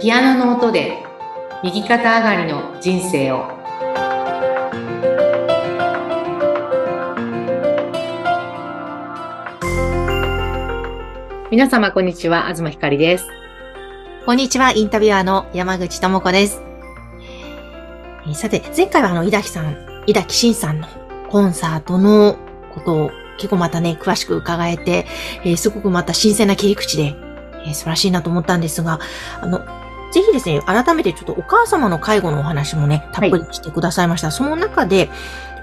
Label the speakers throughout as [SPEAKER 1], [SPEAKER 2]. [SPEAKER 1] ピアノの音で右肩上がりの人生を。皆様、こんにちは。東ひかりです。
[SPEAKER 2] こんにちは、インタビュアーの山口智子です。えーさて、前回はあの、井崎さん、井崎慎さんのコンサートのことを結構またね、詳しく伺えて、えーすごくまた新鮮な切り口で、えー素晴らしいなと思ったんですが、あの、ぜひですね、改めてちょっとお母様の介護のお話もね、たっぷりしてくださいました。その中で、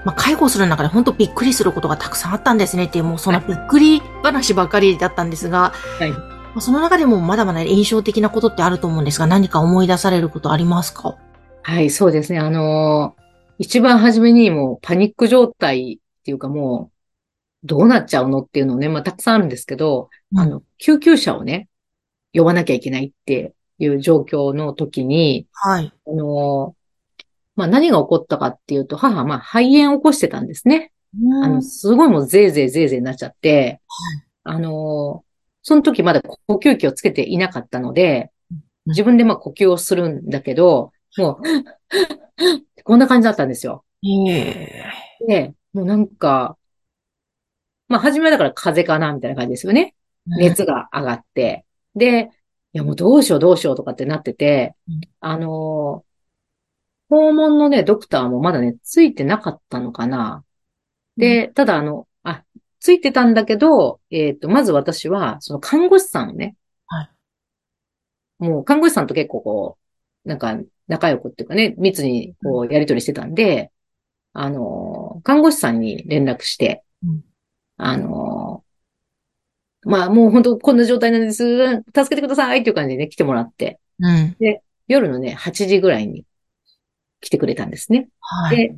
[SPEAKER 2] まあ、介護する中で本当びっくりすることがたくさんあったんですねっていう、もうそんなびっくり話ばかりだったんですが、
[SPEAKER 1] はい。
[SPEAKER 2] まあその中でもまだまだ印象的なことってあると思うんですが、何か思い出されることありますか
[SPEAKER 1] はい、そうですね。あのー一番初めにもうパニック状態っていうかもう、どうなっちゃうのっていうのをね、まあ、たくさんあるんですけど、あの、救急車をね、呼ばなきゃいけないっていう状況の時に、
[SPEAKER 2] はい。
[SPEAKER 1] あのーまあ、何が起こったかっていうと、母はまあ、肺炎を起こしてたんですね。あの、すごいもうぜいぜいぜいぜいになっちゃって、あのーその時まだ呼吸器をつけていなかったので、自分でまあ呼吸をするんだけど、もう、 こんな感じだったんですよ。
[SPEAKER 2] え
[SPEAKER 1] で、もうなんか、まあ、初めはだから風邪かな、みたいな感じですよね。熱が上がって。で、いやもうどうしようどうしようとかってなってて
[SPEAKER 2] うん、
[SPEAKER 1] あのー訪問のね、ドクターもまだね、ついてなかったのかな。で、ただあの、あ、ついてたんだけど、えっ、と、まず私は、その看護師さんをね、
[SPEAKER 2] はい
[SPEAKER 1] もう看護師さんと結構こう、なんか仲良くっていうかね、密にこうやりとりしてたんで、あのー看護師さんに連絡して、
[SPEAKER 2] うん
[SPEAKER 1] あのーまあもう本当こんな状態なんです。助けてくださいっていう感じでね、来てもらって、
[SPEAKER 2] うん。
[SPEAKER 1] 夜のね、8時ぐらいに来てくれたんですね。
[SPEAKER 2] はい。
[SPEAKER 1] で、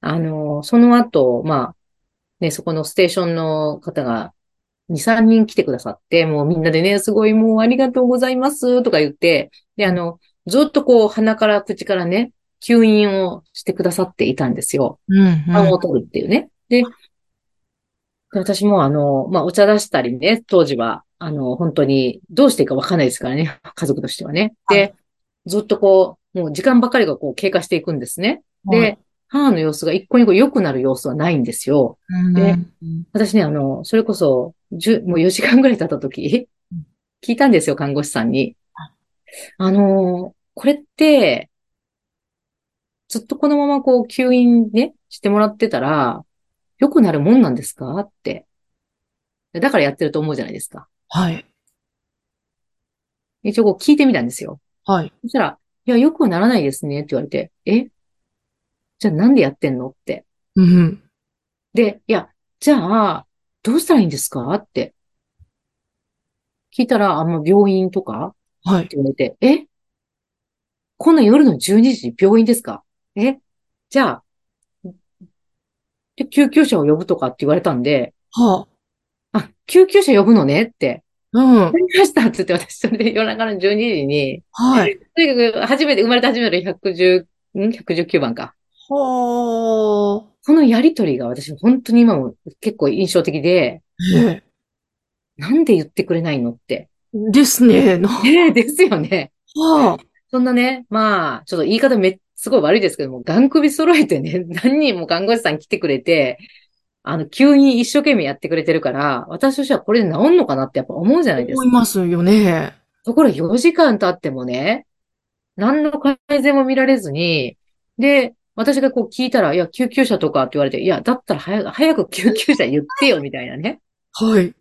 [SPEAKER 1] あの、その後、まあ、ね、そこのステーションの方が2、3人来てくださって、もうみんなでね、すごいもうありがとうございますとか言って、で、あの、ずっとこう鼻から口からね、吸引をしてくださっていたんですよ。
[SPEAKER 2] うん、
[SPEAKER 1] パンを取るっていうね。で、で私もあの、まあ、お茶出したりね、当時は、あの、本当にどうしていいかわかんないですからね、家族としてはね。
[SPEAKER 2] は
[SPEAKER 1] で、ずっとこう、もう時間ばかりがこう経過していくんですね。で、母の様子が一個一個良くなる様子はないんですよ。
[SPEAKER 2] うん、
[SPEAKER 1] で
[SPEAKER 2] うん
[SPEAKER 1] 私ね、あの、それこそ、十もう4時間ぐらい経った時
[SPEAKER 2] うん、
[SPEAKER 1] 聞いたんですよ、看護師さんに。あの、これって、ずっとこのままこう、吸引ね、してもらってたら、良くなるもんなんですかって。だからやってると思うじゃないですか。
[SPEAKER 2] はい。
[SPEAKER 1] 一応こう聞いてみたんですよ。
[SPEAKER 2] はい。
[SPEAKER 1] そしたら、いや、良くはならないですね、って言われて、えじゃあなんでやってんのって。
[SPEAKER 2] うん。
[SPEAKER 1] で、いや、じゃあ、どうしたらいいんですかって。聞いたら、あんま病院とか
[SPEAKER 2] は
[SPEAKER 1] っ
[SPEAKER 2] い。
[SPEAKER 1] て言われて、えこんな夜の12時に病院ですかえじゃあ、で救急車を呼ぶとかって言われたんで、
[SPEAKER 2] は
[SPEAKER 1] あ、救急車呼ぶのねって、
[SPEAKER 2] あ。うん
[SPEAKER 1] わ。かりましたって言って私、それで夜中の12時に、
[SPEAKER 2] はい。
[SPEAKER 1] とにかく初めて、生まれて初めての110、ん ?119 番か。
[SPEAKER 2] は
[SPEAKER 1] このやりとりが私、本当に今も結構印象的で、
[SPEAKER 2] あ。え
[SPEAKER 1] なんで言ってくれないのって。
[SPEAKER 2] え。ですね。な
[SPEAKER 1] ねえ、ですよね。
[SPEAKER 2] はあ。
[SPEAKER 1] そんなね、まあ、ちょっと言い方め、すごい悪いですけども、ガン首揃えてね、 何人も看護師さん来てくれて、あの、急に一生懸命やってくれてるから、私としてはこれで治んのかなってやっぱ思うじゃないです
[SPEAKER 2] 思
[SPEAKER 1] か
[SPEAKER 2] い。ますよね。
[SPEAKER 1] ところが4時間経ってもね、何の改善も見られずに、で、私がこう聞いたら、いや、救急車とかって言われて、いや、だったら早く、早く救急車言ってよ、みたいなね。
[SPEAKER 2] はい。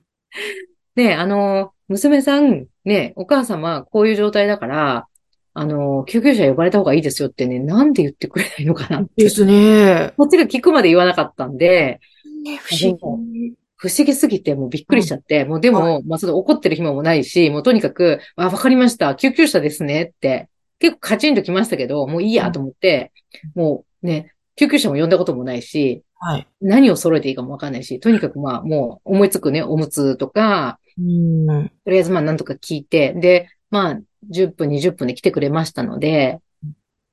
[SPEAKER 1] ね、あの、娘さん、ね、お母様、こういう状態だから、あの、救急車呼ばれた方がいいですよってね、なんで言ってくれないのかなって
[SPEAKER 2] で。すね。
[SPEAKER 1] こっちが聞くまで言わなかったんで、
[SPEAKER 2] ね、不思議。
[SPEAKER 1] 不思議すぎてもうびっくりしちゃって、もうでも、まあ、その怒ってる暇もないし、もうとにかく、あ、わかりました、救急車ですねって、結構カチンときましたけど、もういいやと思って、もうね、救急車も呼んだこともないし、
[SPEAKER 2] はい。
[SPEAKER 1] 何を揃えていいかもわかんないし、とにかくまあ、もう思いつくね、おむつとか、
[SPEAKER 2] うん。
[SPEAKER 1] とりあえずまあなんとか聞いて、で、まあ10分、20分で来てくれましたので、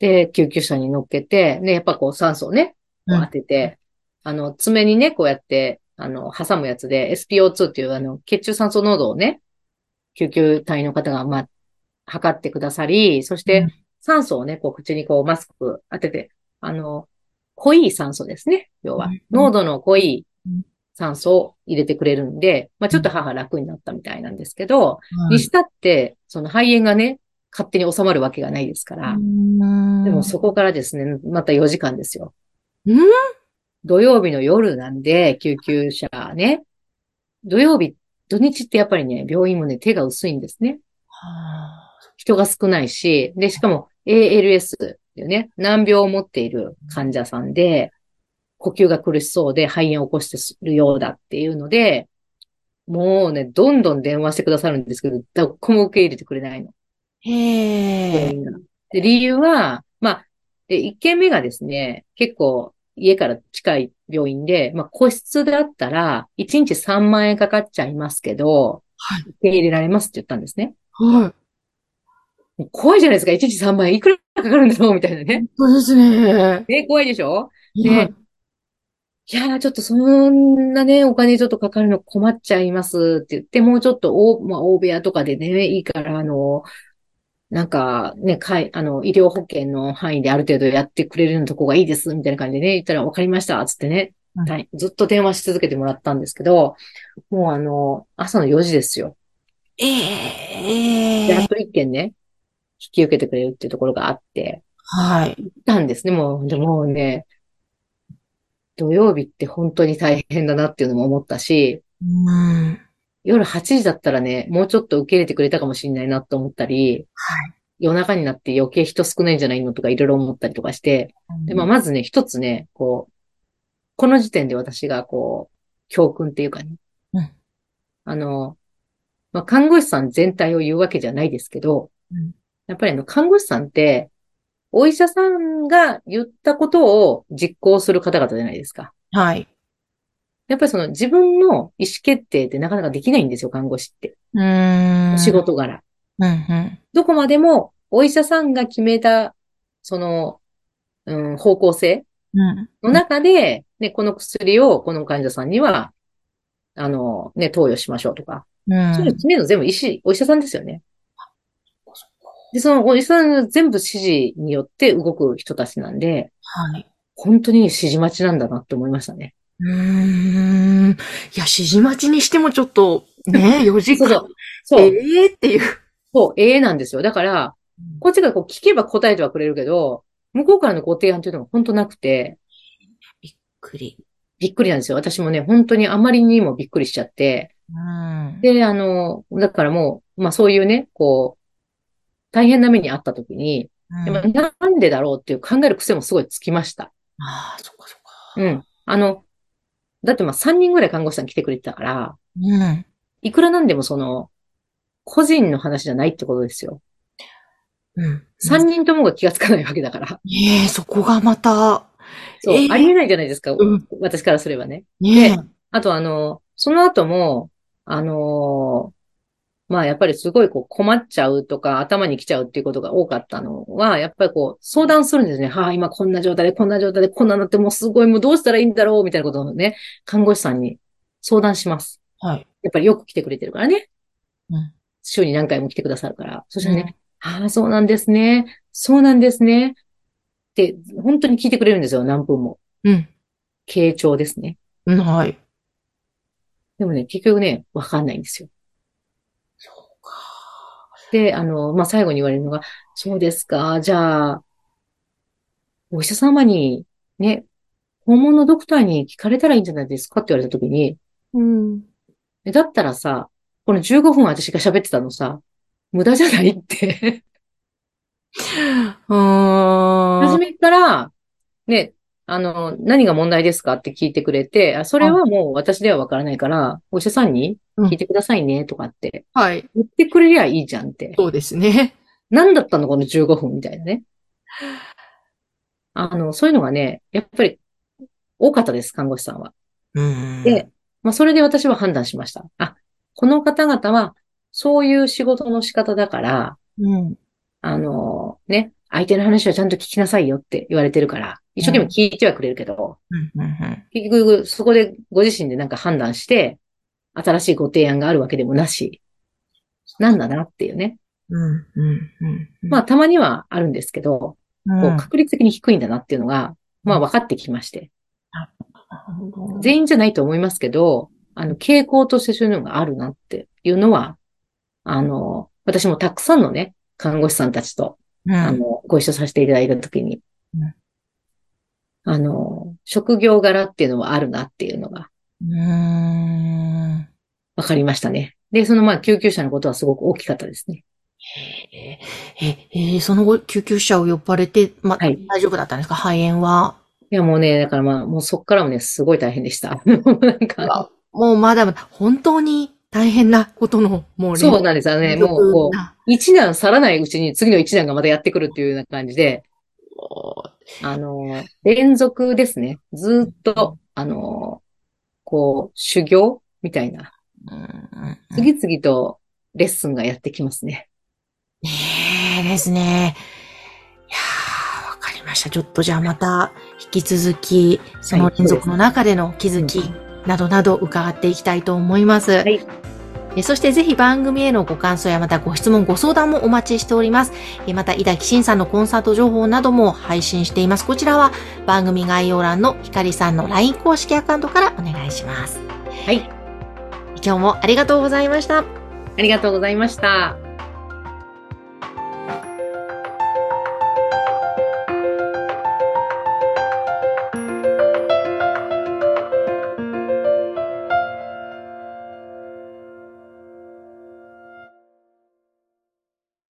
[SPEAKER 1] で、救急車に乗っけて、ね、やっぱこう酸素をね、こう当てて、あの、爪にね、こうやって、あの、挟むやつで、SPO2 っていうあの、血中酸素濃度をね、救急隊の方が、まあ、測ってくださり、そして、酸素をね、こう口にこうマスク当てて、あの、濃い酸素ですね。要
[SPEAKER 2] う
[SPEAKER 1] は
[SPEAKER 2] ん。
[SPEAKER 1] 濃度の濃い
[SPEAKER 2] うん
[SPEAKER 1] 酸素を入れてくれるんで、まあちょっと歯が楽になったみたいなんですけど、
[SPEAKER 2] うん
[SPEAKER 1] にしたって、その肺炎がね、勝手に収まるわけがないですから、
[SPEAKER 2] うん
[SPEAKER 1] でもそこからですね、また4時間ですよ。
[SPEAKER 2] うん
[SPEAKER 1] 土曜日の夜なんで、救急車ね。土曜日、土日ってやっぱりね、病院もね、手が薄いんですね。
[SPEAKER 2] はあ
[SPEAKER 1] 人が少ないし、で、しかも ALS っていうね、難病を持っている患者さんで、呼吸が苦しそうで肺炎を起こしてるようだっていうので、もうね、どんどん電話してくださるんですけど、どこも受け入れてくれないの。
[SPEAKER 2] へえ。
[SPEAKER 1] で、理由は、まあ、で、一件目がですね、結構家から近い病院で、まあ、個室だったら、1日3万円かかっちゃいますけど、
[SPEAKER 2] はい
[SPEAKER 1] 受け入れられますって言ったんですね。
[SPEAKER 2] はい。
[SPEAKER 1] もう怖いじゃないですか。1日3万円いくらかかるんだろうみたいなね。
[SPEAKER 2] そうですね。
[SPEAKER 1] ね、怖いでしょ
[SPEAKER 2] は
[SPEAKER 1] で
[SPEAKER 2] い、
[SPEAKER 1] いやー、ちょっとそんなね、お金ちょっとかかるの困っちゃいますって言って、もうちょっと大、まあ、大部屋とかでね、いいから、あの、なんかね、かい、あの、医療保険の範囲である程度やってくれるようなとこがいいです、みたいな感じでね、言ったら、わかりました、つってね
[SPEAKER 2] うん、
[SPEAKER 1] はいずっと電話し続けてもらったんですけど、もうあの、朝の4時ですよ。
[SPEAKER 2] え
[SPEAKER 1] で、あ
[SPEAKER 2] え。
[SPEAKER 1] と1件ね、引き受けてくれるっていうところがあって、
[SPEAKER 2] はい。
[SPEAKER 1] 行ったんですね。もう、でもうね、土曜日って本当に大変だなっていうのも思ったし、
[SPEAKER 2] うん。
[SPEAKER 1] 夜8時だったらね、もうちょっと受け入れてくれたかもしれないなと思ったり、
[SPEAKER 2] はい。
[SPEAKER 1] 夜中になって余計人少ないんじゃないのとかいろいろ思ったりとかして、で、まあ、まずね、一つね、こう、この時点で私がこう、教訓っていうかね、
[SPEAKER 2] うん
[SPEAKER 1] あの、まあ、看護師さん全体を言うわけじゃないですけど、
[SPEAKER 2] うん
[SPEAKER 1] やっぱりあの、看護師さんって、お医者さんが言ったことを実行する方々じゃないですか。
[SPEAKER 2] はい。
[SPEAKER 1] やっぱりその自分の意思決定ってなかなかできないんですよ、看護師って。
[SPEAKER 2] うーん。
[SPEAKER 1] 仕。事柄。
[SPEAKER 2] うん、うん。
[SPEAKER 1] どこまでもお医者さんが決めた、その、うん、方向性
[SPEAKER 2] うん。
[SPEAKER 1] の中で、ね、この薬をこの患者さんには、あの、ね、投与しましょうとか。
[SPEAKER 2] うん。
[SPEAKER 1] そういうの決めるの全部医師、お医者さんですよね。で、そのお医者さんが全部指示によって動く人たちなんで、
[SPEAKER 2] はい。
[SPEAKER 1] 本当に指示待ちなんだなって思いましたね。
[SPEAKER 2] うーん。いや、指示待ちにしてもちょっと、 ね、4時
[SPEAKER 1] そうそ
[SPEAKER 2] 間
[SPEAKER 1] う。。そう、
[SPEAKER 2] ええっていう。
[SPEAKER 1] そう、ええなんですよ。だから、こっちがこう聞けば答えてはくれるけど、向こうからのご提案というのが本当なくて、
[SPEAKER 2] びっくり。
[SPEAKER 1] びっくりなんですよ。私もね、本当にあまりにもびっくりしちゃって。
[SPEAKER 2] うん。
[SPEAKER 1] で、あの、だからもう、まあそういうね、こう、大変な目にあった時に、でも
[SPEAKER 2] うん
[SPEAKER 1] なんでだろうっていう考える癖もすごいつきました。
[SPEAKER 2] ああ、そっかそっか。
[SPEAKER 1] うん。あの、だってまあ3人ぐらい看護師さん来てくれてたから、
[SPEAKER 2] うん。
[SPEAKER 1] いくらなんでもその、個人の話じゃないってことですよ。
[SPEAKER 2] うん。
[SPEAKER 1] 3人ともが気がつかないわけだから。
[SPEAKER 2] ねえ、そこがまた、
[SPEAKER 1] そう、
[SPEAKER 2] えー
[SPEAKER 1] ありえないじゃないですか、
[SPEAKER 2] うん
[SPEAKER 1] 私からすればね。
[SPEAKER 2] ねえ。
[SPEAKER 1] あとあの、その後も、あのーまあやっぱりすごいこう困っちゃうとか頭に来ちゃうっていうことが多かったのは、やっぱりこう相談するんですね。はあ、今こんな状態でこんな状態でこんなのってもうすごいもうどうしたらいいんだろうみたいなことをね、看護師さんに相談します。
[SPEAKER 2] はい。
[SPEAKER 1] やっぱりよく来てくれてるからね。
[SPEAKER 2] うん
[SPEAKER 1] 週に何回も来てくださるから。そしたらね、ああ、そうなんですね。そうなんですね。って、本当に聞いてくれるんですよ。何分も。
[SPEAKER 2] うん。
[SPEAKER 1] 傾聴ですね。
[SPEAKER 2] うん。はい。
[SPEAKER 1] でもね、結局ね、わかんないんですよ。
[SPEAKER 2] そうか。
[SPEAKER 1] で、あの、まあ、最後に言われるのが、そうですか、じゃあ、お医者様に、ね、訪問のドクターに聞かれたらいいんじゃないですかって言われた時に、
[SPEAKER 2] うん。
[SPEAKER 1] えだったらさ、この15分私が喋ってたのさ、無駄じゃないって。
[SPEAKER 2] うー
[SPEAKER 1] 初
[SPEAKER 2] ん。
[SPEAKER 1] めから、ね、あの、何が問題ですかって聞いてくれて、あそれはもう私ではわからないから、お医者さんに聞いてくださいね、とかって、
[SPEAKER 2] はい。
[SPEAKER 1] 言ってくれりゃいいじゃんって。
[SPEAKER 2] そうですね。
[SPEAKER 1] 何だったのこの15分みたいなね。あの、そういうのがね、やっぱり多かったです、看護師さんは。
[SPEAKER 2] うん
[SPEAKER 1] で、まあ、それで私は判断しました。あ、この方々は、そういう仕事の仕方だから、
[SPEAKER 2] うん。
[SPEAKER 1] あの、ね、相手の話はちゃんと聞きなさいよって言われてるから、一生懸命聞いてはくれるけど、
[SPEAKER 2] うん。うん。
[SPEAKER 1] 結局、そこでご自身でなんか判断して、新しいご提案があるわけでもなし、なんだなっていうね。
[SPEAKER 2] うん、うん、うん。
[SPEAKER 1] まあ、たまにはあるんですけど、
[SPEAKER 2] うん、
[SPEAKER 1] こう確率的に低いんだなっていうのが、まあ分かってきまして。全員じゃないと思いますけど、あの、傾向としてそういうのがあるなっていうのは、あの、私もたくさんのね、看護師さんたちと、あ
[SPEAKER 2] 員、
[SPEAKER 1] の、ご一緒させていただいたときに
[SPEAKER 2] うん、
[SPEAKER 1] あの、職業柄っていうのはあるなっていうのが
[SPEAKER 2] うん。うん。
[SPEAKER 1] 分かりましたね。で、そのまあ救急車のことはすごく大きかったですね。
[SPEAKER 2] えー、えーえーその後、救急車を呼ばれて、ま、
[SPEAKER 1] はい
[SPEAKER 2] 大丈夫だったんですか肺炎は。
[SPEAKER 1] いやもうね、だからまあ、もうそっからもね、すごい大変でした。 なんか、
[SPEAKER 2] もうまだまだ、本当に大変なことの、もう連
[SPEAKER 1] そうなんですよね。もうこう、一段去らないうちに次の一段がまたやってくるっていうような感じで、
[SPEAKER 2] こ
[SPEAKER 1] あの、連続ですね。ずーっと、あの、こう、修行みたいな、
[SPEAKER 2] う、うんうん
[SPEAKER 1] 次々とレッスンがやってきますね。
[SPEAKER 2] ねえですね。いやー、わかりました。ちょっとじゃあまた、引き続き、その連続の中での気づきなどなど伺っていきたいと思います。
[SPEAKER 1] い
[SPEAKER 2] えそしてぜひ番組へのご感想やまたご質問、ご相談もお待ちしております。えまた、井崎慎さんのコンサート情報なども配信しています。こちらは番組概要欄のひかりさんの LINE 公式アカウントからお願いします。
[SPEAKER 1] はい。
[SPEAKER 2] 今日もありがとうございました。
[SPEAKER 1] ありがとうございました。